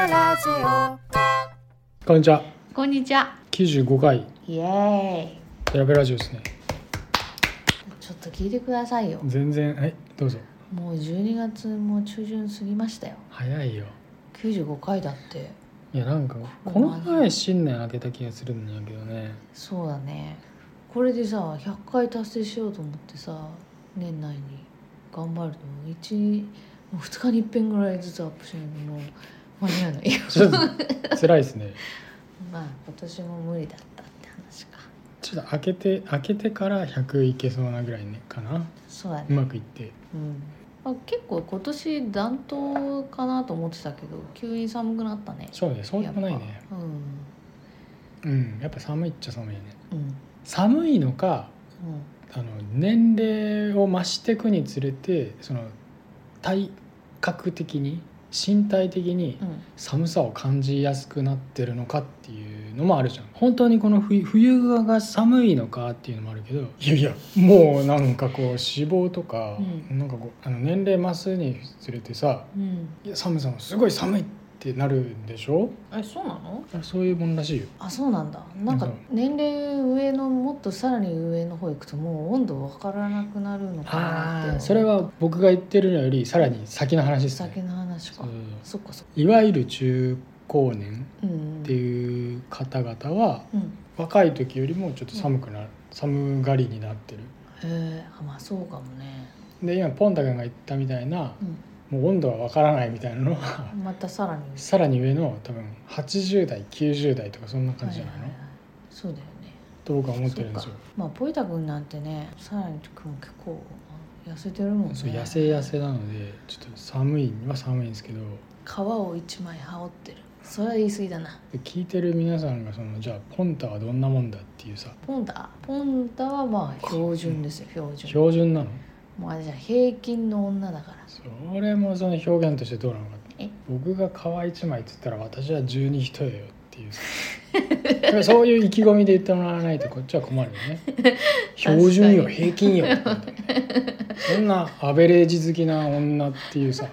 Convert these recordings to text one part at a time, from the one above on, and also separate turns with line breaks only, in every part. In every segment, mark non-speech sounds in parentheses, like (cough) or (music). ジ
こんにちは。
オこんにちは
95回
イエーイ
やべラジオですね。
ちょっと聞いてくださいよ
全然はいどうぞ。
もう12月も中旬過ぎましたよ
早いよ。
95回だって
いやなんかこの前新年明けた気がするんやけど (laughs) ね。
そうだねこれでさ100回達成しようと思ってさ年内に頑張ると1日もう2日に一遍ぐらいずつアップしないともう間に合わないよ
ちょっと辛いですね。
(laughs) まあ今年も無理だったって話か
ちょっと開けて開けてから100いけそうなぐらいねかな。
そうだね
うまくいって。
うんまあ、結構今年暖冬かなと思ってたけど急に寒くなったね
そうねそうでもないね
や。っぱうん
うんやっぱ寒いっちゃ寒いよね。
うん
寒いのかあの年齢を増していくにつれてその体格的に身体的に
うんうん
寒さを感じやすくなってるのかっていうのもあるじゃん本当にこの冬冬が寒いのかっていうのもあるけどいやいやもうなんかこう脂肪とか、
う
なんかこうあの年齢増すにつれてさ
うん
いや寒さもすごい寒いってなるんでしょ
えそうなの
あそういうもんらしいよ
あそうなんだなんか
うん
年齢上のもっとさらに上の方行くともう温度わからなくなるのかなって
それは僕が言ってるのよりさらに先の話です
酒
ね
の話か
そう
そっかそっか
いわゆる中高年
うんうん
っていう方々は
うん
若い時よりもちょっと寒くなる寒がりになってる
へえあまあそうかもね
で今ポンタ君が言ったみたいな
う
もう温度はわからないみたいなの (laughs) は
んまたさらに
さらに上の多分80代90代とかそんな感じじゃないの、
はいはいはいそうだよね
と僕は思ってるんですよ
そうかまあポイタ君なんてねさらに君も結構痩せてるもんね
そう痩せ痩せなのでちょっと寒いは寒いんですけど
皮を一枚羽織ってるそれは言い過ぎだな
で聞いてる皆さんがそのじゃあポンタはどんなもんだっていうさ
ポンタポンタはまあ標準ですよ標準
標準なの
もうあれじゃん平均の女だから
それもその表現としてどうなのか
え
僕が皮一枚っつったら私は十二人よっていうそれそういう意気込みで言ってもらわないとこっちは困るよね標準よ平均よってことねそんなアベレージ好きな女っていうさ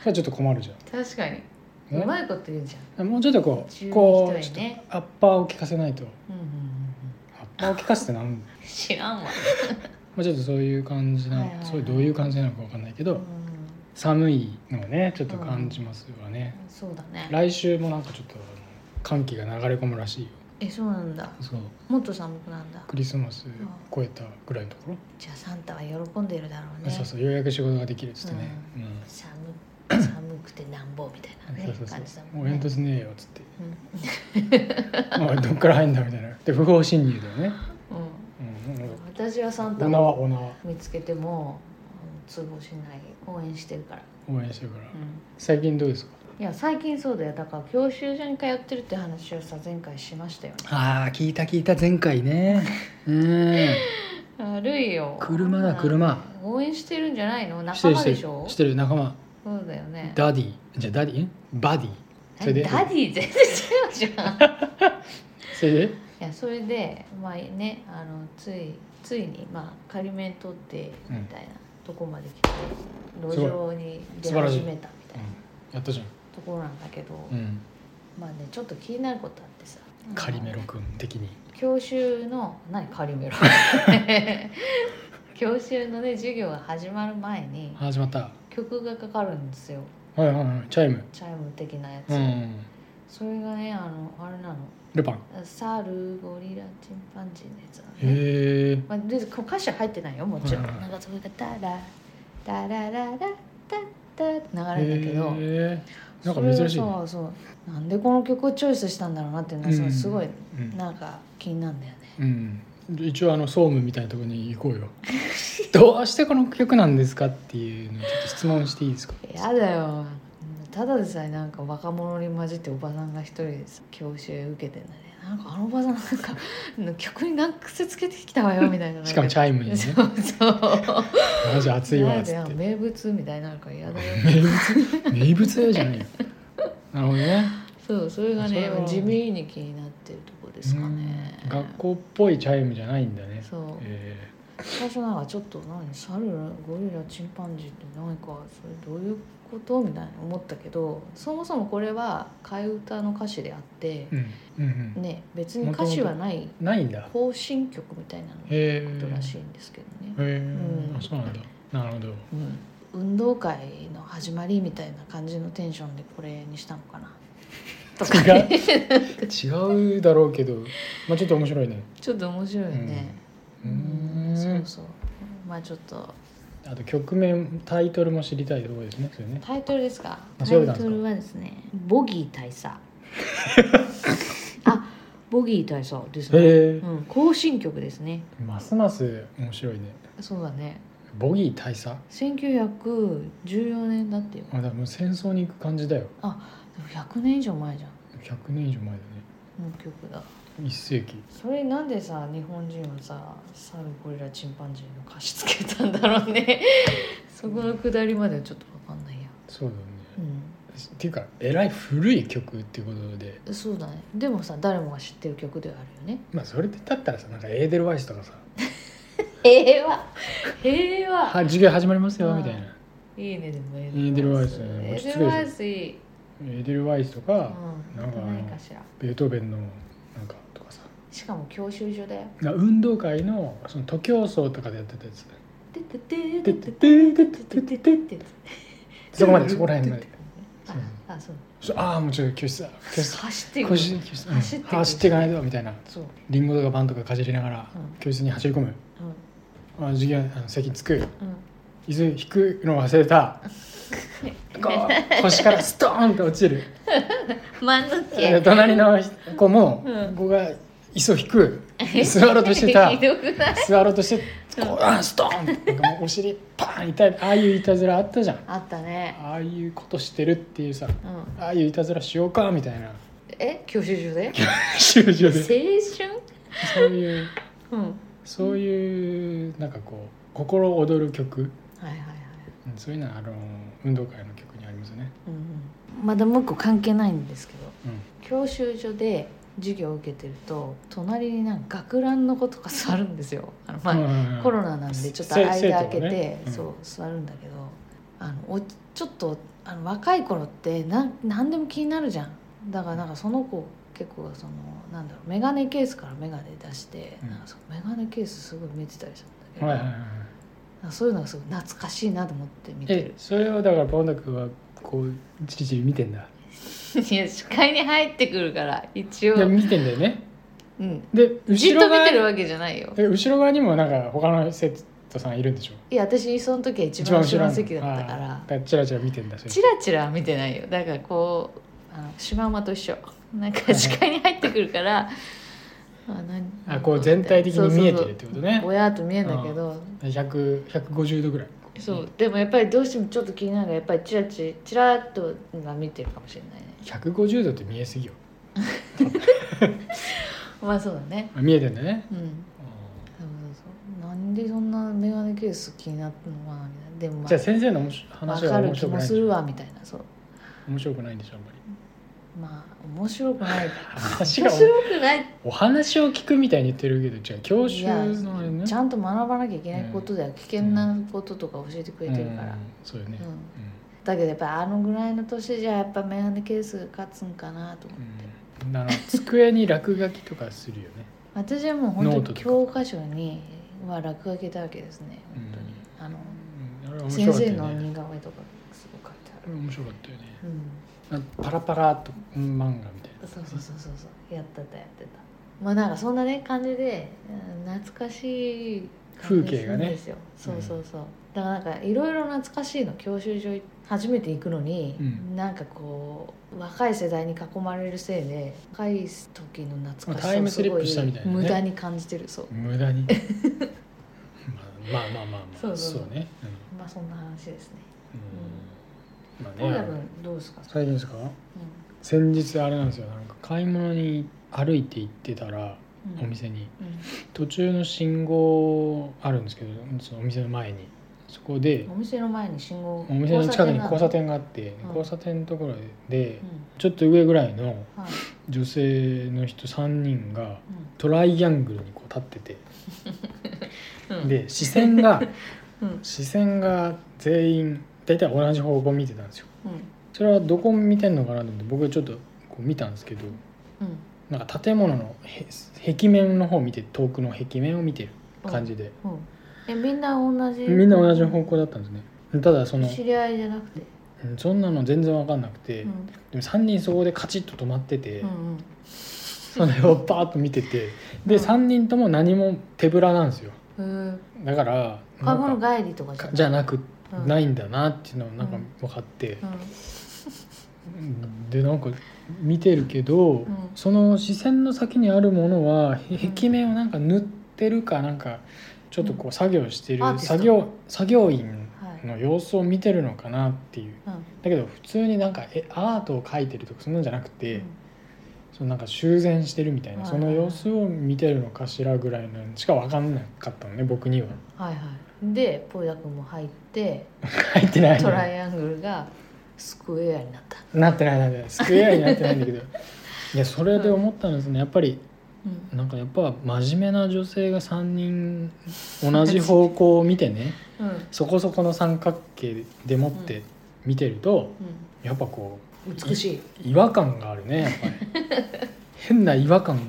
それはちょっと困るじ
確かに
ゃん、ね
いこと言うじゃん
もうちょっとこ
十
う
二
こう
人
ちょっ
ね
とアッパーを聞かせないと
うんうん
アッパーを聞かせてなん
知らんわ
まあちょっとそういう感じな、
はいはいはい
そういうどういう感じなのかわかんないけど、寒いのをねちょっと感じますわね、
そうだね
来週もなんかちょっとあの寒気が流れ込むらしいよ
えそうなんだ
そう
もっと寒くなんだ
クリスマス超えたぐらいのところ、
じゃあサンタは喜んでるだろうね
そうそうようやく仕事ができるっつってね、うん
寒寒くてなんぼみたいなね
そうそうそう
感じだ
も
も
うん煙
ね。
突ねえよっつって
うん
おいどっから入んだみたいなで不法侵入だよね、うん、な
うんん
か
私はサンタ
お縄
を
お縄
見つけてもうん通報しない応援してるから、
応援してるから、
うん、
最近どうですか
いや最近そうだよだから教習所に通ってるって話をさ前回しましたよね
ああ聞いた聞いた前回 (laughs) ねうん
悪いよ
車だ車
応援してるんじゃないの
して
仲
るし
間
てる
でしょ
してる仲間
そうだよね
ダディじゃあダディんバディそれで
ダディ全然違うじゃんい
それで
やそれでまあねあのついついにまあ仮免取ってみたいなとこまで来て、
す
路
ごい
上に出
素晴らしい
始めたみたいな
やったじゃん、
ところなんだけど、
うん、
まあねちょっと気になることあってさ
カリメロ君的に
教習の何
(laughs)
カリメロ教習のね授業が始まる前に
始まった
曲がかかるんですよ
はいはいはいチャイム
チャイム的なやつ、
うん
それがねあのあれなの
ルパン
サルゴリラチンパンジーのやつなのね、
へえ
まあ、でこう歌詞は入ってないよもちろん、
はいはい
なんかそれが「ダラダラララタッタ」って流れるんだけど、
へえなんか珍しい
それ
ね
がさそうなんでこの曲をチョイスしたんだろうなっていうのはさ
うん
すごい
うん
なんか気になるんだよね、
うん一応あの総務みたいなところに行こうよ (laughs) どうしてこの曲なんですかっていうのをちょっと質問していいですか
やだよただでさえなんか若者に混じっておばさんが一人でさ教習受けてんだねなんかあのおばさんなんかなんか (laughs) 曲に何癖つけてきたわよみたいな
しかもチャイムにね
そうそう
マジ熱いわっつ
や
っ
だ
て
よ名物みたいになるから嫌だよ
(laughs) 名物名物じゃない
(laughs)
よなるほどね
そうそれがね
それは
地味に気になってるとこですかね
うん学校っぽいチャイムじゃないんだね
そう
え
最初なんかちょっと何猿ゴリラチンパンジーって何かそれどういうことみたいな思ったけどそもそもこれは替え歌の歌詞であって、
うんうんうん
ね別に歌詞はない
ないんだ
行進曲みたいなのこ
へえ
とらしいんですけどね、
へえ
うん
あそうなんだなるほど
うん、運動会の始まりみたいな感じのテンションでこれにしたのかなとかね
違うだろうけどまあちょっと面白いね
ちょっと面白いよね、
う
うん
ん
そううんそうまあちょっと
あと曲名タイトルも知りたいところですねそれね
タイトルですか。
あ
タイ
調べたんですか
トルはですね、ボギー
(laughs)
大佐。あ、ボギー大佐ですね。
へ
うん、更新曲ですね。
えますます面白いね
そうだね。
ボギー大佐
1914年だってよ。
あだからもう戦争に行く感じだよ
でも100年以上前じゃん。
100年以上前だね
この曲だ。
一世紀
それなんでさ、日本人はさ、サルゴリラチンパンジーの歌詞つけたんだろう (laughs) ね。そこの下りまではちょっとわかんないや。
そうだよね
う
っていうかえらい古い曲っていうことで
ん、そうだね。でもさ、誰もが知ってる曲ではあるよね。
まあそれでだったらさなんかエーデルワイスとかさ
平和。平
「
和。
は授業始まりますよ」
うん
みたいない
いねでもエ
ーデルワイスね
エーデ
失礼
ルワイスいい。
エーデルワイスと
う
か
ん。
なんかあの
ないかしら。
ベートーベンのなんかとかさ
しかも教習所だよ。
な運動会のその徒競走とかでやってたやつ
ててて
で
てて
で
てて
でで
ててて。
そこまでそこら辺まで。
あ、あそう。
そうああもうちょい教室だ教室
走ってい
教
く。
室教室うん
走っていく
走っていかないとみたいな
そう。
リンゴとかパンとかかじりながら
うん
教室に走り込む
う
あ授業あの席に着く
んうん。
椅子引くの忘れたこう腰からストーンと落ちる
間抜
えー
け。
隣の子も
うん
僕が椅子を引く座ろうとしてた
ひどくない。
座ろうとしてこうあストーンってなんかもうお尻パーン痛いああいういたずらあったじゃん
あったね。
ああいうことしてるっていうさ
うん。
ああいういたずらしようかみたい
(laughs)
な
え、教習所で？
終了
青
で
春？
そういう
うん。
そういうなんかこう心躍る曲
はいはいはい。
うんそういうのはあの運動会の曲にありますね、
うんうん。まだもう一個関係ないんですけど。
うん、
教習所で授業を受けてると隣になんか学ランの子とか座るんですよあの、まあコロナなんでちょっと
せ
間
生徒
開けて、
がねうん
そう座るんだけどあのおちょっとあの若い頃ってなん何でも気になるじゃんだからなんかその子結構そのなんだろう眼鏡ケースから眼鏡出して、
うん
なんかその眼鏡ケースすごい見てたりしたんだけど、
はいはいはい
なんかそういうのがすごい懐かしいなと思って見て
え
る
それをだからポンダ君はこうじりじり見てんだ
(laughs) いや視界に入ってくるから一
で
応、
見てんだよね
うん、
で
じ
後ろ
っと見
側
て
に
るわけじゃないよ
え後ろ側にもなんか他の生徒さんいるんでしょ
いや私その時は一番後ろの席だったか
あーだ
ら
からチラチラ見てんだそれ
チラチラ見てないよだからこうあのシマウマと一緒なんか視界に入ってくるからあ何
あこう全体的に見えてるっ
そう
てことね
そうそうぼやっと見えんだけど、
100 150度ぐらい
そうでもやっぱりどうしてもちょっと気になるからやっぱりチラチチラっとが見てるかもしれないね
150度って見えすぎよ
まあそうだね
あ見えてんだね
うんそうそうそうなんでそんなメガネケース気になったのかなみたいなでもま
じゃあ先生のおもし
あわ
話は
かる
面
気
白く
も
ないん
す
でし
る
ょ
わみたいなそう
面白くないんでしょあんまり
(laughs) まあ面白く
(laughs)
ない
話
面
が
白くない
お話を聞くみたいに言ってるけどじゃあ教習のあれね
ちゃんと学ばなきゃいけないことだよ、危険なこととか教えてくれてるから、
うんそうよね
うん
うん
だけどやっぱあのぐらいの年じゃやっぱメガネケースが勝つんかなと思って、
うんあの机に落書きとかするよね、
私はもう
ノ
本
ー
当
トと
に
か
教科書には落書きだらけですね
う
本
ん
当に、あの
うんあれ面白
先
かった
生
よ
の
ね
似顔絵とかすごく書いてあ
あれ
る、
面白かったよね
うん、
なんかパラパラっと漫画みたいな
そうそうそうそうそうやってたやってたまあなんかそんなね感じで、うん懐かしい
風
感じ
景がね
するんですよそうそうそう、だからなんかいろいろ懐かしいの教習所初めて行くのに、
うん
なんかこう若い世代に囲まれるせいで若い時の懐か
タ
し
イ
さを
ムス
す
リッ
ご
プしたみ
い
たいなね
無駄に感じてるそう
無駄
(laughs)
にまあまあまあまあまあ
そうそうそう
ね
まあそんな話ですね
うん、
大
うんまあね
家君どうですか、
最近ですか
う
先日あれなんですよなんか買い物に歩いて行ってたら
んうん、
お店に
う
途中の信号あるんですけどそのお店の前にそこで
んお店の前に信号
お店の近くに交差
点
点があって
うん
交差点のところで
なの
ちょっと上ぐらいの
うんはい、
女性の人3人が
うん
トライアングルにこう立ってて
うん
で視線が
うん
視線が全員大体同じ方向見てたんですよそれはどこ見てんのかなと思って僕ちょっとこう見たんですけど
うん
なんか建物のへ壁面の方見て遠くの壁面を見てる感じで
うんえみんな同じ
みんな同じ方向だったんですねただその
知り合いじゃなくて、
うんそんなの全然分かんなくて、
うん
でも3人そこでカチッと止まってて、
うん
それをパーッと見ててで3人とも何も手ぶらなんですよ
うんへ
だから
え買い
なんか
物帰りとかじゃ
か
ん
じゃなく
うん
ないんだなっていうのをなんか
うん
分かって、
うん
でなんか見てるけど、
ん
その視線の先にあるものはへ壁面をなんか塗ってるかなんかちょっとこう作業してる、
アーティスト
作業作業員
はい
の様子を見てるのかなっていう
うん
だけど普通になんかえアートを描いてるとかそんなんじゃなくて、
うん
そのなんか修繕してるみたいな、
はい
その様子を見てるのかしらぐらいのしか分かんなかったのね僕には
はいはいでポイダ君も入って
入ってない
ト
の
ライアングルがスクエアになった、
なってないなってないスクエアになってないんだけどいやそれで思ったんですねやっぱり
うん
なんかやっぱ真面目な女性が3人同じ方向を見てね
うん
そこそこの三角形でもって見てると、
う
やっぱこ
ん、美しい、
う違和感があるねやっぱ
(laughs)
り変な違和感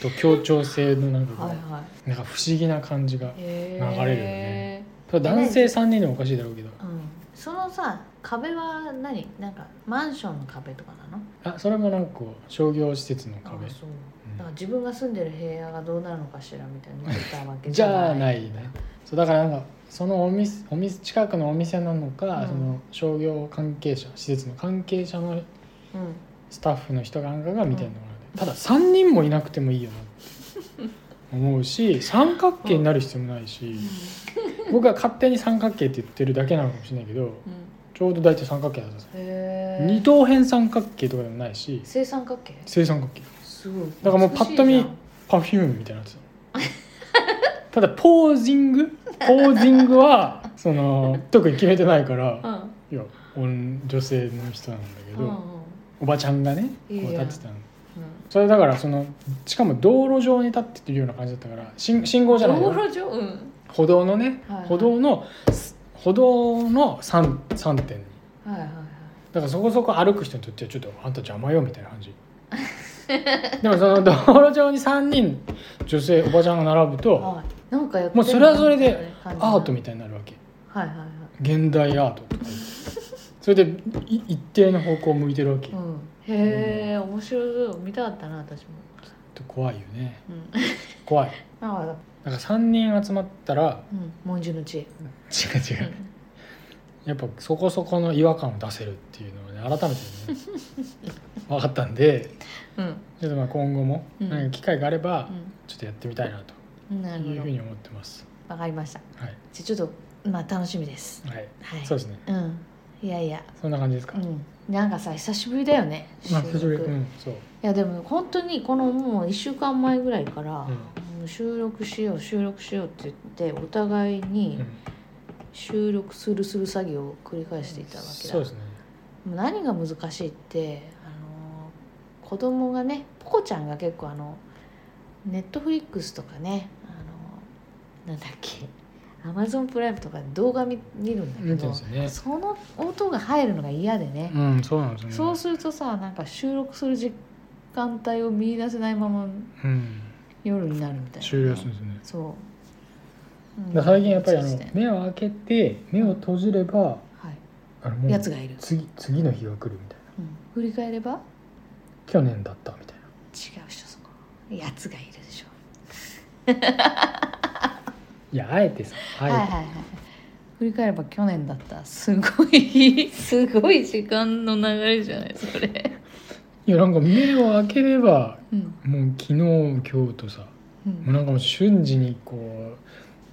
と協調性のなんかこう
はいは
なんか不思議な感じが
いへえ
流れるよねただ男性3人でもおかしいだろうけど
うん、そのさ壁は何なんかマンションの壁とかなの
あそれもなんかこう商業施設の壁
あそう、
ん
だから自分が住んでる部屋がどうなるのかしらみたいに言ったわけ
じゃあないねそうだからなんかそのお店お店近くのお店なのか、
うん
その商業関係者施設の関係者の
うん
スタッフの人がなんかが見てるのかな、ただ3人もいなくてもいいよなって思うし三角形になる必要もないし、僕は勝手に三角形って言ってるだけなのかもしれないけど
うん
ちょうど大体三角形だったんですよ、
へえ
二等辺三角形とかでもないし
正三角形
正三角形
すごい
だからもうパッと見
美しい
パフュームみたいなやつただポージングポージングはその特に決めてないからい
じゃん
や女女性の人なんだけ
うん
ど、
うんうん
おばちゃんがねこう
いい
立
や
ってたのそれだからそのしかも道路上に立ってるような感じだったから信信
う
号
ん
じゃない
道
よ
路上うん
歩道のね、
はいはい
歩道のす歩道の 3, 3点に
はいはいはい
だからそこそこ歩く人にとってはちょっとあんた邪魔よみたいな感
(laughs)
じでもその道路上に3人女性おばちゃんが並ぶと
はいなんかやって
もうそれはそれでアート
み
みたいになるわけ
たいな感じはいはい
現代アートとか言ってそれでい一定の方向を向いてるわけ、ちょ
は
っ
いうんへえ面白そう見たかったな私も
と怖いよね
うん
怖い
なんか
だから3人集まったら
うん文殊の知
(laughs)
恵
違う違
う
うやっぱそこそこの違和感を出せるっていうのはね改めてね分かったん
(laughs)
で
んうん
ちょっとまあ今後も
うん
何か機会があればちょっとやってみたいなと
うんなる
いうふ
ほ
う
ど
に思ってます
わかりました
はい
じゃあちょっとまあ楽しみです
はい
はい
そうですね
うんいやいや
そんな感じですか、
うんなんかさ久しぶりだよね
まあ久しぶり
収録
うんそう
いやでも本当にこのもう1週間前ぐらいから、
うん
もう収録しよう収録しようって言ってお互いに
うん
収録するする作業を繰り返していたわけだ、
そうですね
もう何が難しいってあの子供がねポコちゃんが結構あのネットフリックスとかねあのなんだっけアマゾンプライムとかで動画見見るんだ
見て
け
るん
ど
ですよね
その音が入るのが嫌でね、
うんそうなんですよね
そうするとさなんか収録する時間帯を見出せないまま
うん
夜になるみたいな
終了するんですよね
そう、うん
だから最近やっぱりあ
そ
の
うですね
目を開けて目を閉じれば
はい
あのもう
やつがいる、
次次の日が来るみたいな
うん、振り返れば
去年だったみたいな
違う人そこやつがいるでしょ
いやあえてさあえ
はい
て、
はいはい振り返れば去年だったすごいすごい時間の流れじゃないそれ
いやなんか目を開ければ
うん
もう昨日今日とさ
う
もうんなんかもう瞬時にこう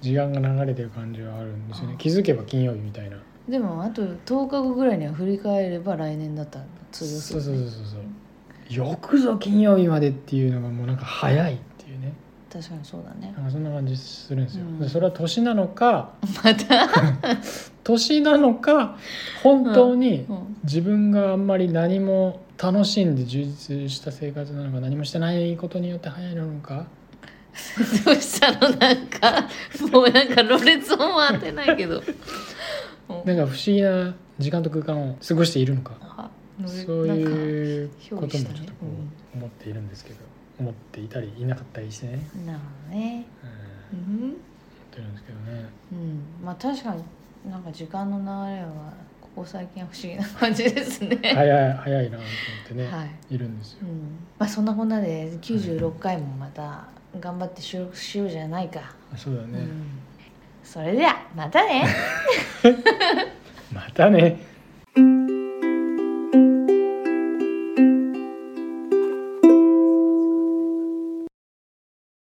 時間が流れてる感じがあるんですよね
あ
気づけば金曜日みたいな
でもあと10日後ぐらいには振り返れば来年だったら通
そう
用す
そう
る
そうそうそうよくぞ金曜日までっていうのがもうなんか早いっていうね
確かにそうだね
なんかそんな感じするんですよ、
うん
でそれは年なのか
また、
(laughs) 年なのか本当に
うん
自分があんまり何も楽しんで充実した生活なのか何もしてないことによって早いなのか
どうしたのなんかもうなんかろれつも当てないけど
なんか不思議な時間と空間を過ごしているのか
あ
そう
う
いうことも
憑依
ちょ
し
った
ね
とこう思っているんですけど、思っていたりいなかったりしてね、
なるほどね
うん、思
うん、
ってるんですけどね
うん、まあ確かになんか時間の流れはここ最近は不思議な感じですね
早い早いなと思ってね、
はい
い、るんです
う
よ。
んまあそんなこんなで96回もまた頑張って収録しようじゃないか、
あそうだ
う
ね、
ん、それではまたね
またね。
「